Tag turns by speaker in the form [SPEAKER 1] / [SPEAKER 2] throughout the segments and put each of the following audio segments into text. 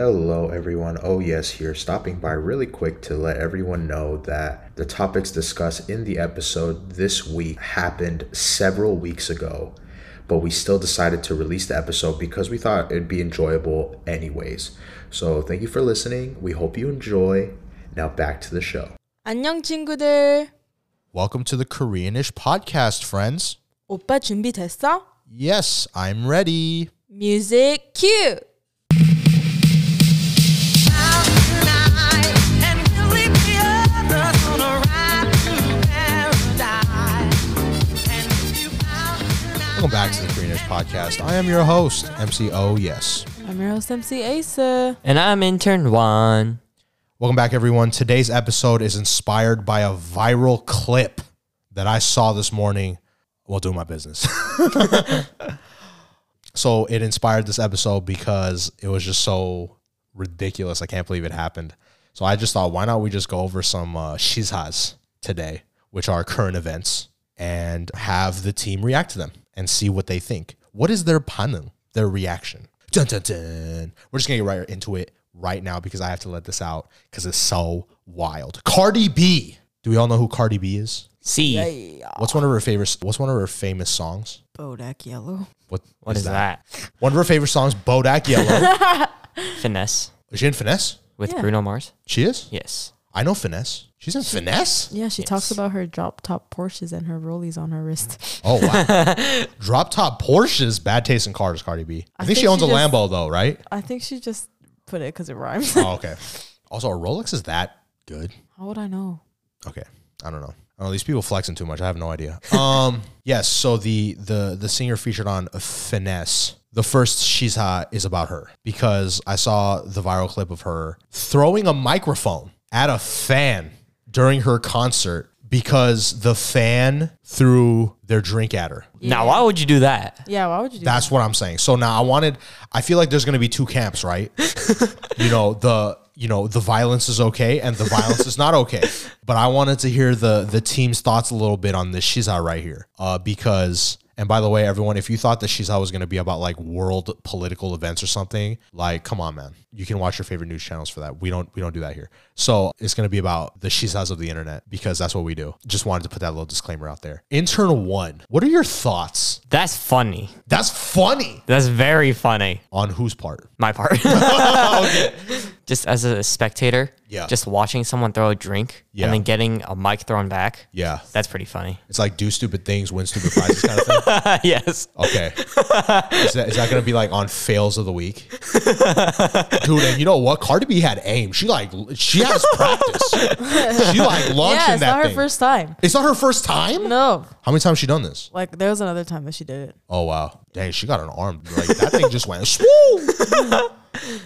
[SPEAKER 1] Hello, everyone. Oh, yes, here. Stopping by really quick to let everyone know that the topics discussed in the episode this week happened several weeks ago, but we still decided to release the episode because we thought it'd be enjoyable, anyways. So, thank you for listening. We hope you enjoy. Now, back to the show.
[SPEAKER 2] 안녕 친구들.
[SPEAKER 3] Welcome to the Koreanish podcast, friends.
[SPEAKER 2] 오빠 준비됐어?
[SPEAKER 3] Yes, I'm ready.
[SPEAKER 2] Music cue.
[SPEAKER 3] Welcome back to the Koreanish podcast. I am your host, MCO. Yes.
[SPEAKER 2] I'm your host MC Asa.
[SPEAKER 4] And I'm intern one.
[SPEAKER 3] Welcome back, everyone. Today's episode is inspired by a viral clip that I saw this morning while doing my business. so it inspired this episode because it was just so ridiculous. I can't believe it happened. So I just thought, why not we just go over some uh, shizhas today, which are current events, and have the team react to them and see what they think. What is their panung, their reaction? Dun, dun, dun. We're just gonna get right into it right now because I have to let this out because it's so wild. Cardi B. Do we all know who Cardi B is?
[SPEAKER 4] C.
[SPEAKER 3] What's one of her favorite? What's one of her famous songs?
[SPEAKER 2] Bodak Yellow.
[SPEAKER 3] What
[SPEAKER 4] What is that?
[SPEAKER 3] One of her favorite songs, Bodak Yellow.
[SPEAKER 4] Finesse
[SPEAKER 3] is she in Finesse?
[SPEAKER 4] with
[SPEAKER 2] Yeah.
[SPEAKER 4] Bruno Mars.
[SPEAKER 3] She is.
[SPEAKER 4] Yes.
[SPEAKER 3] I know Finesse. She's in Finesse.
[SPEAKER 2] Yeah, she talks about her drop top Porsches and her rollies on her wrist.
[SPEAKER 3] Oh wow. Drop top Porsches, bad taste in cars. Cardi B. I think
[SPEAKER 2] think
[SPEAKER 3] she owns
[SPEAKER 2] she
[SPEAKER 3] a
[SPEAKER 2] just-
[SPEAKER 3] Lambo though, right?
[SPEAKER 2] I think she just put it because it rhymes.
[SPEAKER 3] Oh, okay. Also, a Rolex is that good?
[SPEAKER 2] How would I know?
[SPEAKER 3] Okay, I don't know. Oh, these people flexing too much. I have no idea. Um, yes. So the the the singer featured on Finesse. The first she's hot is about her because I saw the viral clip of her throwing a microphone at a fan during her concert because the fan threw their drink at her.
[SPEAKER 4] Now, why would you do that?
[SPEAKER 2] Yeah, why would you do that?
[SPEAKER 3] That's what I'm saying. So now I wanted I feel like there's going to be two camps, right? you know, the you know, the violence is okay and the violence is not okay. But I wanted to hear the the team's thoughts a little bit on this Shiza right here. Uh because and by the way, everyone, if you thought that Shiza was going to be about like world political events or something, like come on, man, you can watch your favorite news channels for that. We don't we don't do that here. So it's going to be about the Shizas of the internet because that's what we do. Just wanted to put that little disclaimer out there. Intern one, what are your thoughts?
[SPEAKER 4] That's funny.
[SPEAKER 3] That's funny
[SPEAKER 4] That's very funny.
[SPEAKER 3] on whose part?
[SPEAKER 4] My part. Just as a spectator,
[SPEAKER 3] Yeah.
[SPEAKER 4] just watching someone throw a drink
[SPEAKER 3] Yeah.
[SPEAKER 4] and then getting a mic thrown back.
[SPEAKER 3] Yeah.
[SPEAKER 4] That's pretty funny.
[SPEAKER 3] It's like do stupid things, win stupid prizes kind of thing.
[SPEAKER 4] yes.
[SPEAKER 3] Okay. Is that, is that going to be like on fails of the week? Dude, and you know what? Cardi B had aim. She like, she has practice. she like launching
[SPEAKER 2] yeah, it's not
[SPEAKER 3] that
[SPEAKER 2] her
[SPEAKER 3] thing.
[SPEAKER 2] first time.
[SPEAKER 3] it's not her first time?
[SPEAKER 2] No,
[SPEAKER 3] How many times she done this?
[SPEAKER 2] like there was another time that she did it.
[SPEAKER 3] Oh, wow. Dang, she got an arm. Like that thing just went, swoo!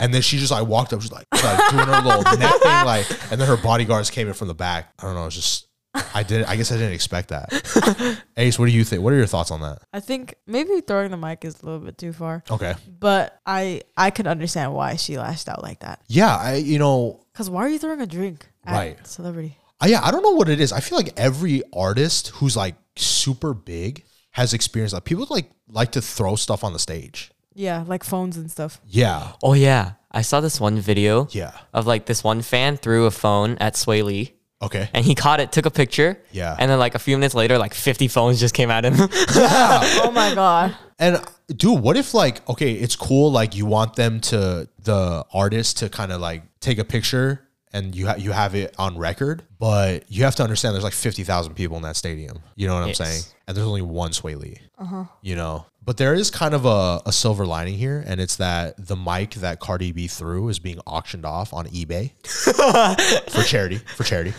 [SPEAKER 3] And then she just like walked up, she's like, like doing her little neck thing, like, and then her bodyguards came in from the back. I don't know. It's just, I didn't, I guess I didn't expect that. Ace, what do you think? What are your thoughts on that?
[SPEAKER 2] I think maybe throwing the mic is a little bit too far,
[SPEAKER 3] Okay.
[SPEAKER 2] but I I could understand why she lashed out like that.
[SPEAKER 3] Yeah, I you know,
[SPEAKER 2] Cause why are you throwing a drink at
[SPEAKER 3] Right.
[SPEAKER 2] celebrity?
[SPEAKER 3] I, yeah, I don't know what it is. I feel like every artist who's like super big has experienced that. People like like to throw stuff on the stage.
[SPEAKER 2] Yeah, like phones and stuff.
[SPEAKER 3] Yeah,
[SPEAKER 4] Oh, yeah. I saw this one video
[SPEAKER 3] yeah.
[SPEAKER 4] of like this one fan threw a phone at Sway Lee.
[SPEAKER 3] Okay.
[SPEAKER 4] And he caught it, took a picture.
[SPEAKER 3] Yeah.
[SPEAKER 4] And then, like, a few minutes later, like 50 phones just came at him.
[SPEAKER 2] oh my god.
[SPEAKER 3] And uh, dude, what if like okay, it's cool. Like you want them to the artist to kind of like take a picture and you ha- you have it on record, but you have to understand there's like fifty thousand people in that stadium. You know what I'm
[SPEAKER 4] Yes.
[SPEAKER 3] saying? And there's only one Sway Lee. You know, but there is kind of a, a silver lining here, and it's that the mic that Cardi B threw is being auctioned off on eBay for charity. For charity.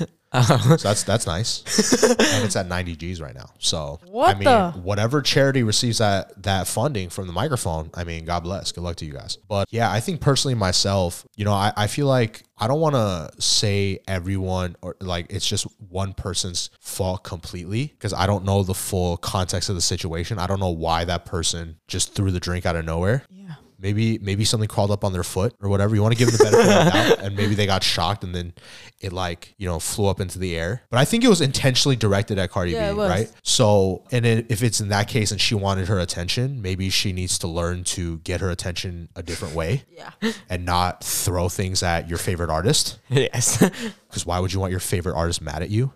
[SPEAKER 3] So that's that's nice, and it's at 90 G's right now. So
[SPEAKER 2] What
[SPEAKER 3] I mean,
[SPEAKER 2] the-
[SPEAKER 3] whatever charity receives that that funding from the microphone, I mean, God bless. Good luck to you guys. But yeah, I think personally myself, you know, I, I feel like I don't want to say everyone or like it's just one person's fault completely because I don't know the full context of the situation. I don't know why that person just threw the drink out of nowhere.
[SPEAKER 2] Yeah.
[SPEAKER 3] Maybe maybe something crawled up on their foot or whatever. You want to give them the benefit of the doubt, and maybe they got shocked and then it like you know flew up into the air. But I think it was intentionally directed at Cardi
[SPEAKER 2] Yeah,
[SPEAKER 3] B,
[SPEAKER 2] it was.
[SPEAKER 3] right? So and then if it's in that case and she wanted her attention, maybe she needs to learn to get her attention a different way
[SPEAKER 2] Yeah.
[SPEAKER 3] and not throw things at your favorite artist.
[SPEAKER 4] yes.
[SPEAKER 3] Because why would you want your favorite artist mad at you?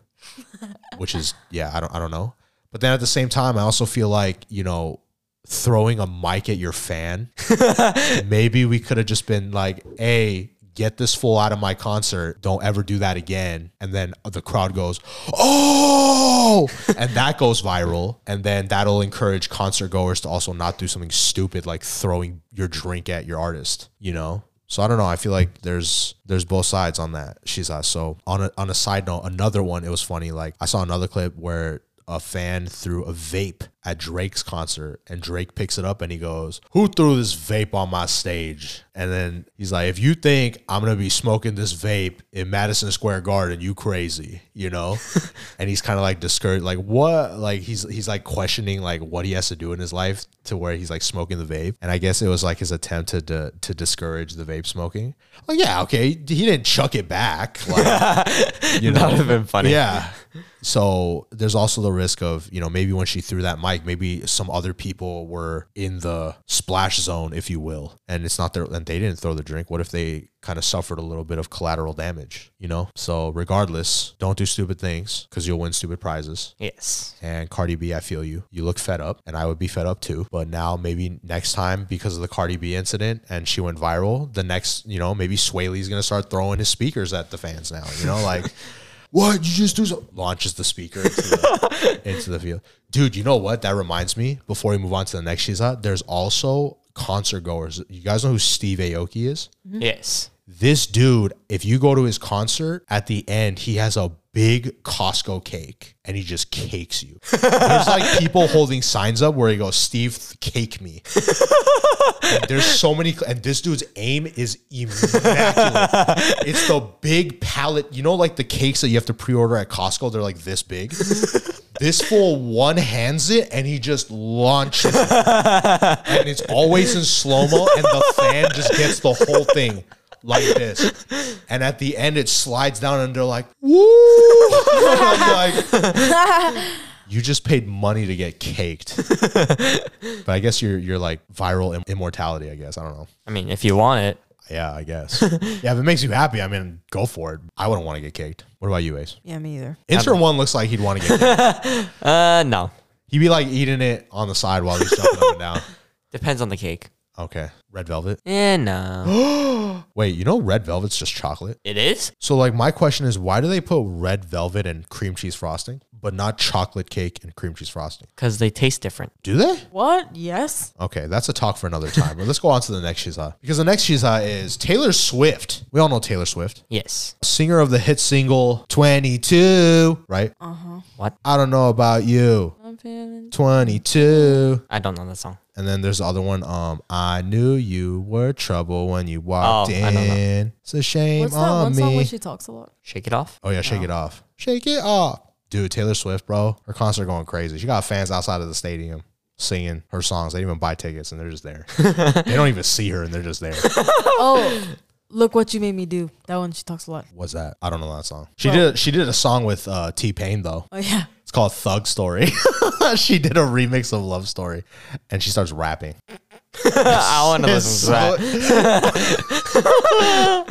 [SPEAKER 3] Which is yeah, I don't I don't know. But then at the same time, I also feel like you know throwing a mic at your fan. maybe we could have just been like, hey. Get this fool out of my concert. Don't ever do that again. And then the crowd goes, oh, and that goes viral. And then that'll encourage concert goers to also not do something stupid like throwing your drink at your artist, you know? So I don't know. I feel like there's there's both sides on that. She's uh, so on a on a side note, another one. It was funny. Like I saw another clip where a fan threw a vape at Drake's concert, and Drake picks it up and he goes, "Who threw this vape on my stage?" And then he's like, "If you think I'm gonna be smoking this vape in Madison Square Garden, you crazy, you know?" and he's kind of like discouraged, like what? Like he's he's like questioning like what he has to do in his life to where he's like smoking the vape. And I guess it was like his attempt to to, to discourage the vape smoking. Like yeah, okay, he didn't chuck it back. Like, you
[SPEAKER 4] That would have been funny.
[SPEAKER 3] yeah. So there's also the risk of, you know, maybe when she threw that mic, maybe some other people were in the splash zone, if you will, and it's not their, and they didn't throw the drink. What if they kind of suffered a little bit of collateral damage, you know? So regardless, don't do stupid things because you'll win stupid prizes.
[SPEAKER 4] Yes.
[SPEAKER 3] And Cardi B, I feel you. You look fed up, and I would be fed up too. But now, maybe next time, because of the Cardi B incident and she went viral, the next, you know, maybe Sway Lee's gonna start throwing his speakers at the fans now. You know, like, what you just do? So-? Launches the speaker into the, into the field, dude. You know what? That reminds me. Before we move on to the next Shiza, there's also concert goers. You guys know who Steve Aoki is?
[SPEAKER 2] Mm-hmm.
[SPEAKER 4] Yes.
[SPEAKER 3] this dude, if you go to his concert at the end, he has a big Costco cake and he just cakes you. There's like people holding signs up where he goes, Steve, cake me. And there's so many, and this dude's aim is immaculate. it's the big pallet, you know, like the cakes that you have to pre order at Costco, they're like this big. This fool one hands it and he just launches it. And it's always in slow mo, and the fan just gets the whole thing like this. And at the end, it slides down, and they're like, woo! I'm like, you just paid money to get caked. But I guess you're, you're like viral im- immortality, I guess. I don't know.
[SPEAKER 4] I mean, if you want it,
[SPEAKER 3] Yeah, I guess. yeah, if it makes you happy, I mean, go for it. I wouldn't want to get caked. What about you, Ace?
[SPEAKER 2] Yeah, me either.
[SPEAKER 3] Intern one looks like he'd want to get caked.
[SPEAKER 4] uh, no.
[SPEAKER 3] He'd be like eating it on the side while he's jumping up and down.
[SPEAKER 4] Depends on the cake.
[SPEAKER 3] Okay. Red velvet.
[SPEAKER 4] Eh, no.
[SPEAKER 3] Wait, you know red velvet's just chocolate?
[SPEAKER 4] it is?
[SPEAKER 3] So, like, my question is why do they put red velvet and cream cheese frosting, but not chocolate cake and cream cheese frosting?
[SPEAKER 4] Because they taste different.
[SPEAKER 3] Do they?
[SPEAKER 2] What? Yes.
[SPEAKER 3] Okay, that's a talk for another time. But let's go on to the next Shiza. Because the next Shiza is Taylor Swift. We all know Taylor Swift,
[SPEAKER 4] Yes.
[SPEAKER 3] singer of the hit single 22, right?
[SPEAKER 2] Uh-huh.
[SPEAKER 4] What?
[SPEAKER 3] I don't know about you.
[SPEAKER 2] I'm feeling
[SPEAKER 3] 22.
[SPEAKER 4] I don't know that song.
[SPEAKER 3] And then there's the other one. Um, I knew you were trouble when you walked
[SPEAKER 4] Oh, I don't know.
[SPEAKER 3] in. It's a shame
[SPEAKER 2] What's that
[SPEAKER 3] on
[SPEAKER 2] one
[SPEAKER 3] me.
[SPEAKER 2] song where she talks a lot?
[SPEAKER 4] Shake it off?
[SPEAKER 3] Oh yeah, shake it off. Shake it off. Dude, Taylor Swift, bro. Her concert going crazy. She got fans outside of the stadium singing her songs. They didn't even buy tickets and they're just there. they don't even see her and they're just there.
[SPEAKER 2] Oh, look what you made me do. That one she talks a lot.
[SPEAKER 3] What's that? I don't know that song. She did she did a song with uh T Pain though.
[SPEAKER 2] Oh yeah.
[SPEAKER 3] It's called Thug Story. she did a remix of Love Story and she starts rapping.
[SPEAKER 4] I want to
[SPEAKER 3] It's
[SPEAKER 4] listen to that.
[SPEAKER 3] so- uh,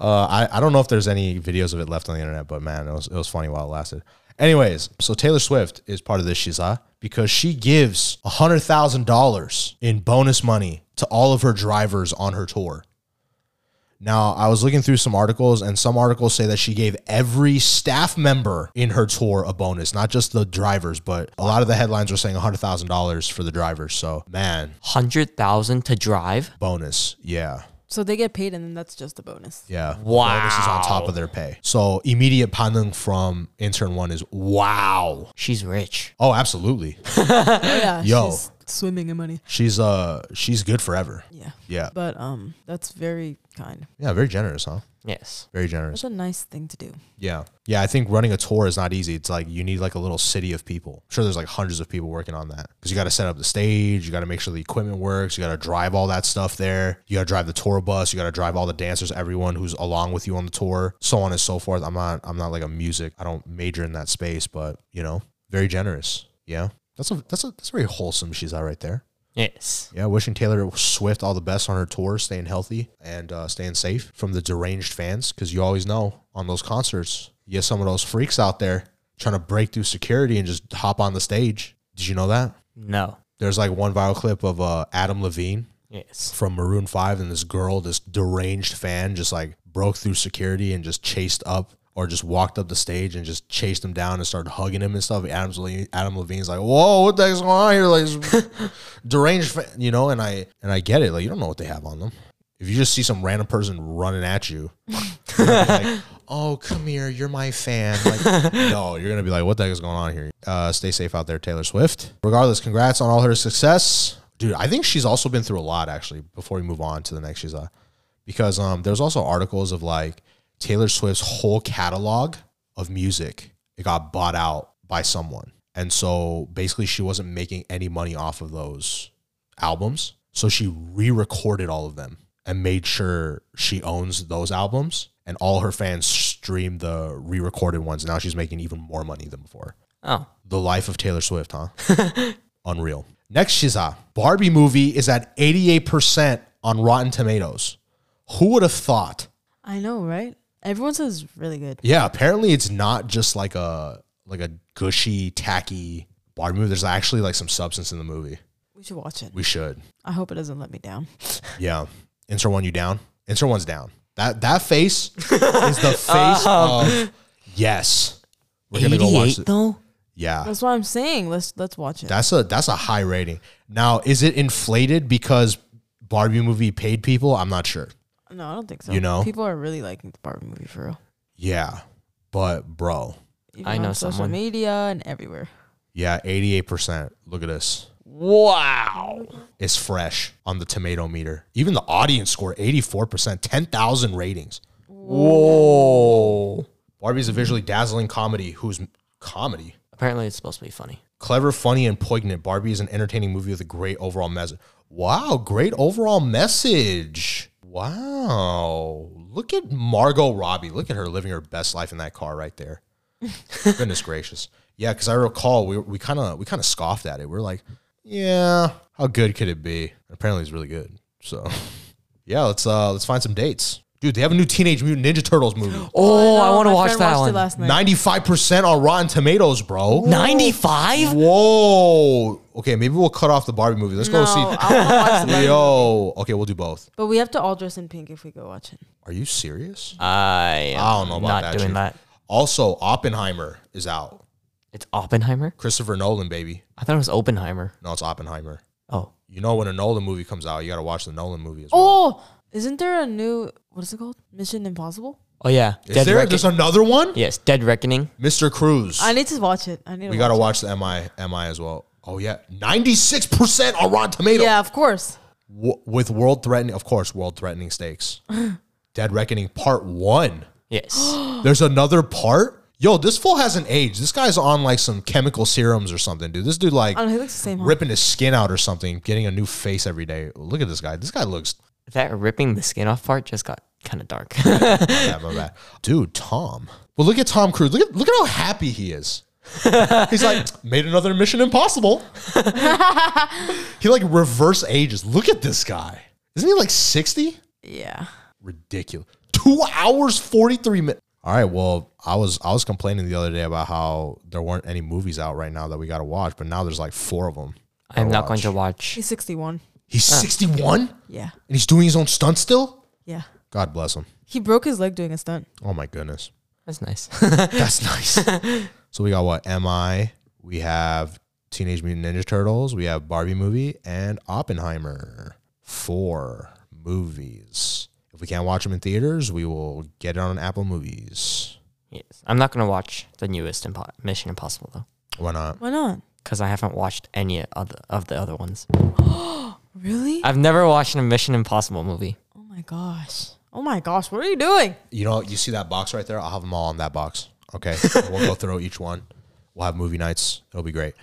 [SPEAKER 3] I, I don't know if there's any videos of it left on the internet, but man, it was, it was funny while it lasted. Anyways, so Taylor Swift is part of this Shiza because she gives $100,000 in bonus money to all of her drivers on her tour. Now, I was looking through some articles, and some articles say that she gave every staff member in her tour a bonus, not just the drivers, but a lot of the headlines were saying $100,000 for the drivers. So, man,
[SPEAKER 4] 100,000 to drive?
[SPEAKER 3] bonus. Yeah.
[SPEAKER 2] So they get paid, and then that's just a bonus.
[SPEAKER 3] Yeah. Wow. This is on top of their pay. So immediate pandung from intern one is wow.
[SPEAKER 4] She's rich.
[SPEAKER 3] Oh, absolutely.
[SPEAKER 2] Oh yeah.
[SPEAKER 3] Yo,
[SPEAKER 2] she's swimming in money.
[SPEAKER 3] She's uh she's good forever.
[SPEAKER 2] Yeah.
[SPEAKER 3] Yeah.
[SPEAKER 2] But um, that's very kind.
[SPEAKER 3] Yeah, very generous, huh?
[SPEAKER 4] Yes.
[SPEAKER 3] Very generous.
[SPEAKER 2] That's a nice thing to do.
[SPEAKER 3] Yeah. Yeah, I think running a tour is not easy. It's like you need like a little city of people. I'm sure there's like hundreds of people working on that because you got to set up the stage. You got to make sure the equipment works. You got to drive all that stuff there. You got to drive the tour bus. You got to drive all the dancers, everyone who's along with you on the tour, so on and so forth. I'm not, I'm not like a music. I don't major in that space, but you know, very generous. Yeah. That's a, that's a, that's very wholesome. She's out right there.
[SPEAKER 4] Yes.
[SPEAKER 3] Yeah, wishing Taylor Swift all the best on her tour, staying healthy and uh, staying safe from the deranged fans, because you always know on those concerts, you have some of those freaks out there trying to break through security and just hop on the stage. Did you know that?
[SPEAKER 4] No.
[SPEAKER 3] There's like one viral clip of uh, Adam Levine
[SPEAKER 4] Yes.
[SPEAKER 3] from Maroon 5, and this girl, this deranged fan, just like broke through security and just chased up or just walked up the stage and just chased him down and started hugging him and stuff. Adam's Levine, Adam Levine's like, "Whoa, what the heck's going on here?" Like deranged, fa- you know. And I and I get it. Like you don't know what they have on them. If you just see some random person running at you, you're gonna be like, oh come here, you're my fan. Like, no, you're gonna be like, what the heck is going on here? Uh, stay safe out there, Taylor Swift. Regardless, congrats on all her success, dude. I think she's also been through a lot actually. Before we move on to the next, she's uh, because um, there's also articles of like Taylor Swift's whole catalog of music. It got bought out by someone, and so basically she wasn't making any money off of those albums. So she re-recorded all of them and made sure she owns those albums, and all her fans stream the re-recorded ones. Now she's making even more money than before.
[SPEAKER 4] Oh.
[SPEAKER 3] The life of Taylor Swift, huh? Unreal. Next, Shiza. Barbie movie is at 88% on Rotten Tomatoes. Who would have thought?
[SPEAKER 2] I know, right? Everyone says it's really good.
[SPEAKER 3] Yeah, apparently it's not just like a like a gushy, tacky Barbie movie. There's actually like some substance in the movie.
[SPEAKER 2] We should watch it.
[SPEAKER 3] We should.
[SPEAKER 2] I hope it doesn't let me down.
[SPEAKER 3] Yeah. Insert one, you down. Insert one's down. That that face is the face of yes. We're gonna go watch
[SPEAKER 4] 88
[SPEAKER 3] it.
[SPEAKER 4] though?
[SPEAKER 3] Yeah.
[SPEAKER 2] That's what I'm saying. Let's let's watch it.
[SPEAKER 3] That's a that's a high rating. Now, is it inflated because Barbie movie paid people? I'm not sure.
[SPEAKER 2] no, I don't think so.
[SPEAKER 3] You know?
[SPEAKER 2] people are really liking the Barbie movie for real.
[SPEAKER 3] Yeah. But bro,
[SPEAKER 2] Even
[SPEAKER 4] I know
[SPEAKER 2] on social
[SPEAKER 4] someone.
[SPEAKER 2] media and everywhere.
[SPEAKER 3] yeah, 88%. Look at this.
[SPEAKER 4] Wow.
[SPEAKER 3] It's fresh on the tomato meter. Even the audience score 84%, 10,000 ratings.
[SPEAKER 4] Whoa.
[SPEAKER 3] Barbie's a visually dazzling comedy whose comedy
[SPEAKER 4] Apparently it's supposed to be funny.
[SPEAKER 3] Clever, funny, and poignant, Barbie is an entertaining movie with a great overall message. Wow, great overall message. Wow. Look at Margot Robbie. Look at her living her best life in that car right there. Goodness gracious. Yeah, because I recall we we kind of we kind of scoffed at it. We are like, yeah, how good could it be? Apparently, it's really good. So, yeah, let's uh let's find some dates, dude. They have a new Teenage Mutant Ninja Turtles movie.
[SPEAKER 4] Oh, I
[SPEAKER 2] know,
[SPEAKER 4] want to
[SPEAKER 2] my
[SPEAKER 4] watch
[SPEAKER 2] friend
[SPEAKER 4] that
[SPEAKER 2] watched It
[SPEAKER 4] one.
[SPEAKER 2] last night.
[SPEAKER 3] Ninety five percent on Rotten Tomatoes, bro.
[SPEAKER 4] 95?
[SPEAKER 3] Whoa. Okay, maybe we'll cut off the Barbie movie. Let's
[SPEAKER 2] No,
[SPEAKER 3] go
[SPEAKER 2] I
[SPEAKER 3] see.
[SPEAKER 2] want to watch the Barbie.
[SPEAKER 3] Yo. Okay, we'll do both.
[SPEAKER 2] But we have to all dress in pink if we go watch it.
[SPEAKER 3] Are you serious?
[SPEAKER 2] Uh,
[SPEAKER 4] I am
[SPEAKER 3] I don't know about
[SPEAKER 4] not
[SPEAKER 3] that,
[SPEAKER 4] doing
[SPEAKER 3] Chief.
[SPEAKER 4] that.
[SPEAKER 3] Also, Oppenheimer is out.
[SPEAKER 4] It's Oppenheimer?
[SPEAKER 3] Christopher Nolan, baby.
[SPEAKER 4] I thought it was Oppenheimer.
[SPEAKER 3] No, it's Oppenheimer.
[SPEAKER 4] Oh.
[SPEAKER 3] You know when a Nolan movie comes out, you gotta watch the Nolan movie as well.
[SPEAKER 2] Oh, isn't there a new what is it called? Mission Impossible.
[SPEAKER 4] Oh yeah.
[SPEAKER 3] is there
[SPEAKER 4] Reckoning.
[SPEAKER 3] there's another one?
[SPEAKER 4] Yes, Dead Reckoning.
[SPEAKER 3] Mr. Cruz.
[SPEAKER 2] I need to watch it. I need.
[SPEAKER 3] we
[SPEAKER 2] to
[SPEAKER 3] gotta
[SPEAKER 2] watch.
[SPEAKER 3] watch the MI MI as well. Oh yeah. Ninety six percent on Rotten Tomatoes.
[SPEAKER 2] it. Yeah, of course.
[SPEAKER 3] W- with world threatening of course, world threatening stakes. Dead Reckoning Part One.
[SPEAKER 4] Yes.
[SPEAKER 3] There's another part. Yo, this fool hasn't aged. This guy's on like some chemical serums or something, dude. This dude like
[SPEAKER 2] I don't know. Oh, He looks the same. Huh?
[SPEAKER 3] ripping his skin out or something, getting a new face every day. Look at this guy. This guy looks
[SPEAKER 4] that ripping the skin off part just got kind of dark.
[SPEAKER 3] my bad, my bad. Dude, Tom. Well, look at Tom Cruise. Look at look at how happy he is. He's like made another Mission Impossible. he like reverse ages. Look at this guy. Isn't he like sixty?
[SPEAKER 2] Yeah.
[SPEAKER 3] ridiculous. Two hours forty three minutes. All right. Well, I was I was complaining the other day about how there weren't any movies out right now that we got to watch, but now there's like four of them.
[SPEAKER 4] I'm not going to watch.
[SPEAKER 2] He's sixty-one.
[SPEAKER 3] He's sixty one and
[SPEAKER 2] Yeah.
[SPEAKER 3] he's doing his own stunt still.
[SPEAKER 2] Yeah.
[SPEAKER 3] God bless him.
[SPEAKER 2] He broke his leg doing a stunt.
[SPEAKER 3] Oh my goodness,
[SPEAKER 4] That's nice.
[SPEAKER 3] that's nice. so we got what? Mi. We have Teenage Mutant Ninja Turtles. We have Barbie movie and Oppenheimer. Four movies. If we can't watch them in theaters, we will get it on Apple Movies.
[SPEAKER 4] yes. I'm not going to watch the newest Impo- Mission Impossible though.
[SPEAKER 3] Why not?
[SPEAKER 2] Why not?
[SPEAKER 4] because I haven't watched any other of the other ones.
[SPEAKER 2] Really?
[SPEAKER 4] I've never watched a Mission Impossible movie.
[SPEAKER 2] oh my gosh. Oh my gosh. What are you doing?
[SPEAKER 3] You know, you see that box right there? I'll have them all on that box. Okay. we'll go through each one. We'll have movie nights. It'll be great.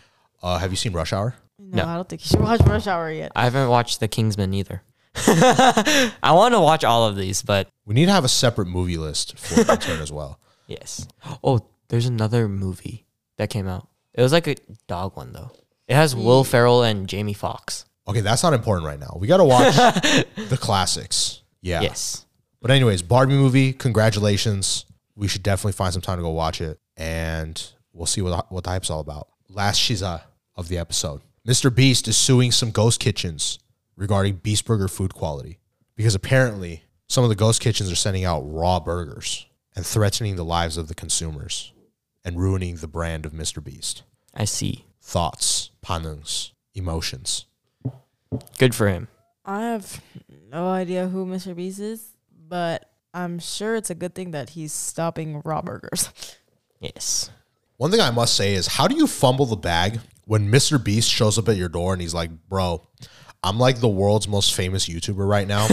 [SPEAKER 3] Uh, have you seen Rush Hour?
[SPEAKER 2] No,
[SPEAKER 4] No.
[SPEAKER 2] I don't think you should watch Rush Hour yet.
[SPEAKER 4] I haven't watched The Kingsman either. I want to watch all of these, but
[SPEAKER 3] We need to have a separate movie list for intern as well.
[SPEAKER 4] yes. Oh, there's another movie that came out. It was like a dog one though. It has Will Ferrell and Jamie Foxx.
[SPEAKER 3] Okay, that's not important right now. We got to watch the classics. Yeah.
[SPEAKER 4] Yes.
[SPEAKER 3] But anyways, Barbie movie, congratulations. We should definitely find some time to go watch it and we'll see what what the hype's all about. Last shiza of the episode. Mr. Beast is suing some ghost kitchens regarding Beast Burger food quality because apparently some of the ghost kitchens are sending out raw burgers and threatening the lives of the consumers and ruining the brand of Mr. Beast.
[SPEAKER 4] I see.
[SPEAKER 3] Thoughts, panungs, emotions.
[SPEAKER 4] Good for him.
[SPEAKER 2] I have no idea who Mr. Beast is, but I'm sure it's a good thing that he's stopping raw burgers.
[SPEAKER 4] Yes.
[SPEAKER 3] One thing I must say is, how do you fumble the bag when Mr. Beast shows up at your door and he's like, bro, I'm like the world's most famous YouTuber right now.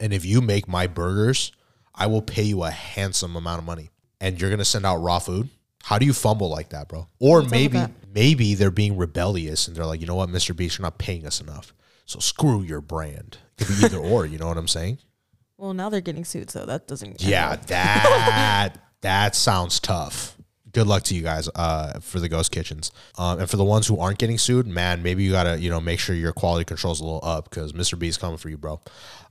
[SPEAKER 3] and if you make my burgers, I will pay you a handsome amount of money and you're going to send out raw food. How do you fumble like that, bro? Or
[SPEAKER 2] with
[SPEAKER 3] maybe
[SPEAKER 2] that?
[SPEAKER 3] maybe they're being rebellious and they're like, you know what, Mr. Beast, you're not paying us enough. So screw your brand. It could be either or, you know what I'm saying?
[SPEAKER 2] Well, now they're getting sued, so that doesn't.
[SPEAKER 3] Yeah, that that sounds tough. Good luck to you guys uh, for the ghost kitchens, um, and for the ones who aren't getting sued, man, maybe you gotta you know make sure your quality control's a little up because Mr. Beast coming for you, bro.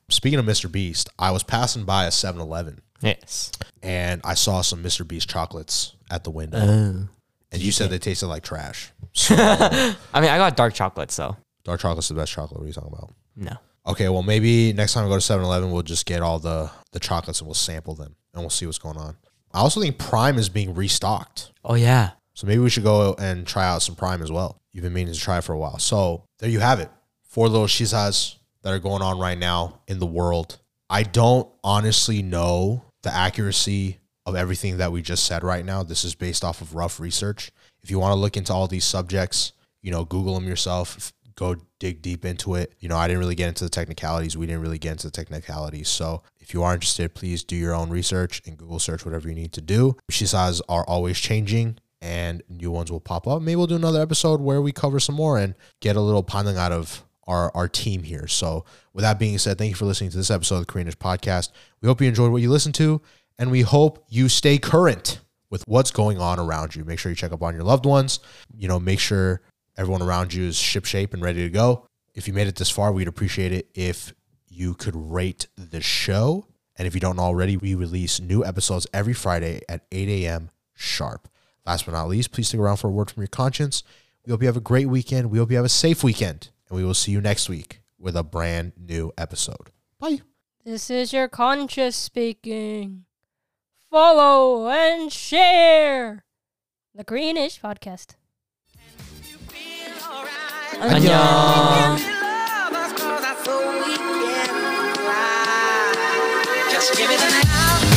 [SPEAKER 3] Speaking of Mr. Beast, I was passing by a 7-Eleven
[SPEAKER 4] Yes.
[SPEAKER 3] and I saw some Mr. Beast chocolates at the
[SPEAKER 4] Uh,
[SPEAKER 3] window,
[SPEAKER 4] Oh.
[SPEAKER 3] and you said they tasted like trash. So
[SPEAKER 4] I mean, I got dark chocolate, so
[SPEAKER 3] dark chocolate's the best chocolate. What are you talking about?
[SPEAKER 4] no.
[SPEAKER 3] Okay, well maybe next time I go to 7-Eleven, we'll just get all the the chocolates and we'll sample them and we'll see what's going on. I also think Prime is being restocked.
[SPEAKER 4] Oh yeah.
[SPEAKER 3] So maybe we should go and try out some Prime as well. You've been meaning to try it for a while. So there you have it. Four little shizas that are going on right now in the world. I don't honestly know the accuracy of everything that we just said right now. This is based off of rough research. If you want to look into all these subjects, you know, Google them yourself. Go dig deep into it. You know, I didn't really get into the technicalities. We didn't really get into the technicalities. So if you are interested, please do your own research and Google search whatever you need to do. Shisas are always changing and new ones will pop up. Maybe we'll do another episode where we cover some more and get a little pandang out of our, our team here. So with that being said, thank you for listening to this episode of the Koreanish Podcast. We hope you enjoyed what you listened to and we hope you stay current with what's going on around you. Make sure you check up on your loved ones. You know, make sure everyone around you is ship shape and ready to go. If you made it this far, we'd appreciate it if you could rate the show. And if you don't know already, we release new episodes every Friday at 8 a.m. sharp. Last but not least, please stick around for a word from your conscience. We hope you have a great weekend. We hope you have a safe weekend. And we will see you next week with a brand new episode. Bye.
[SPEAKER 5] This is your conscious speaking. Follow and share the Greenish podcast.
[SPEAKER 4] 안녕.
[SPEAKER 6] Just give me the now.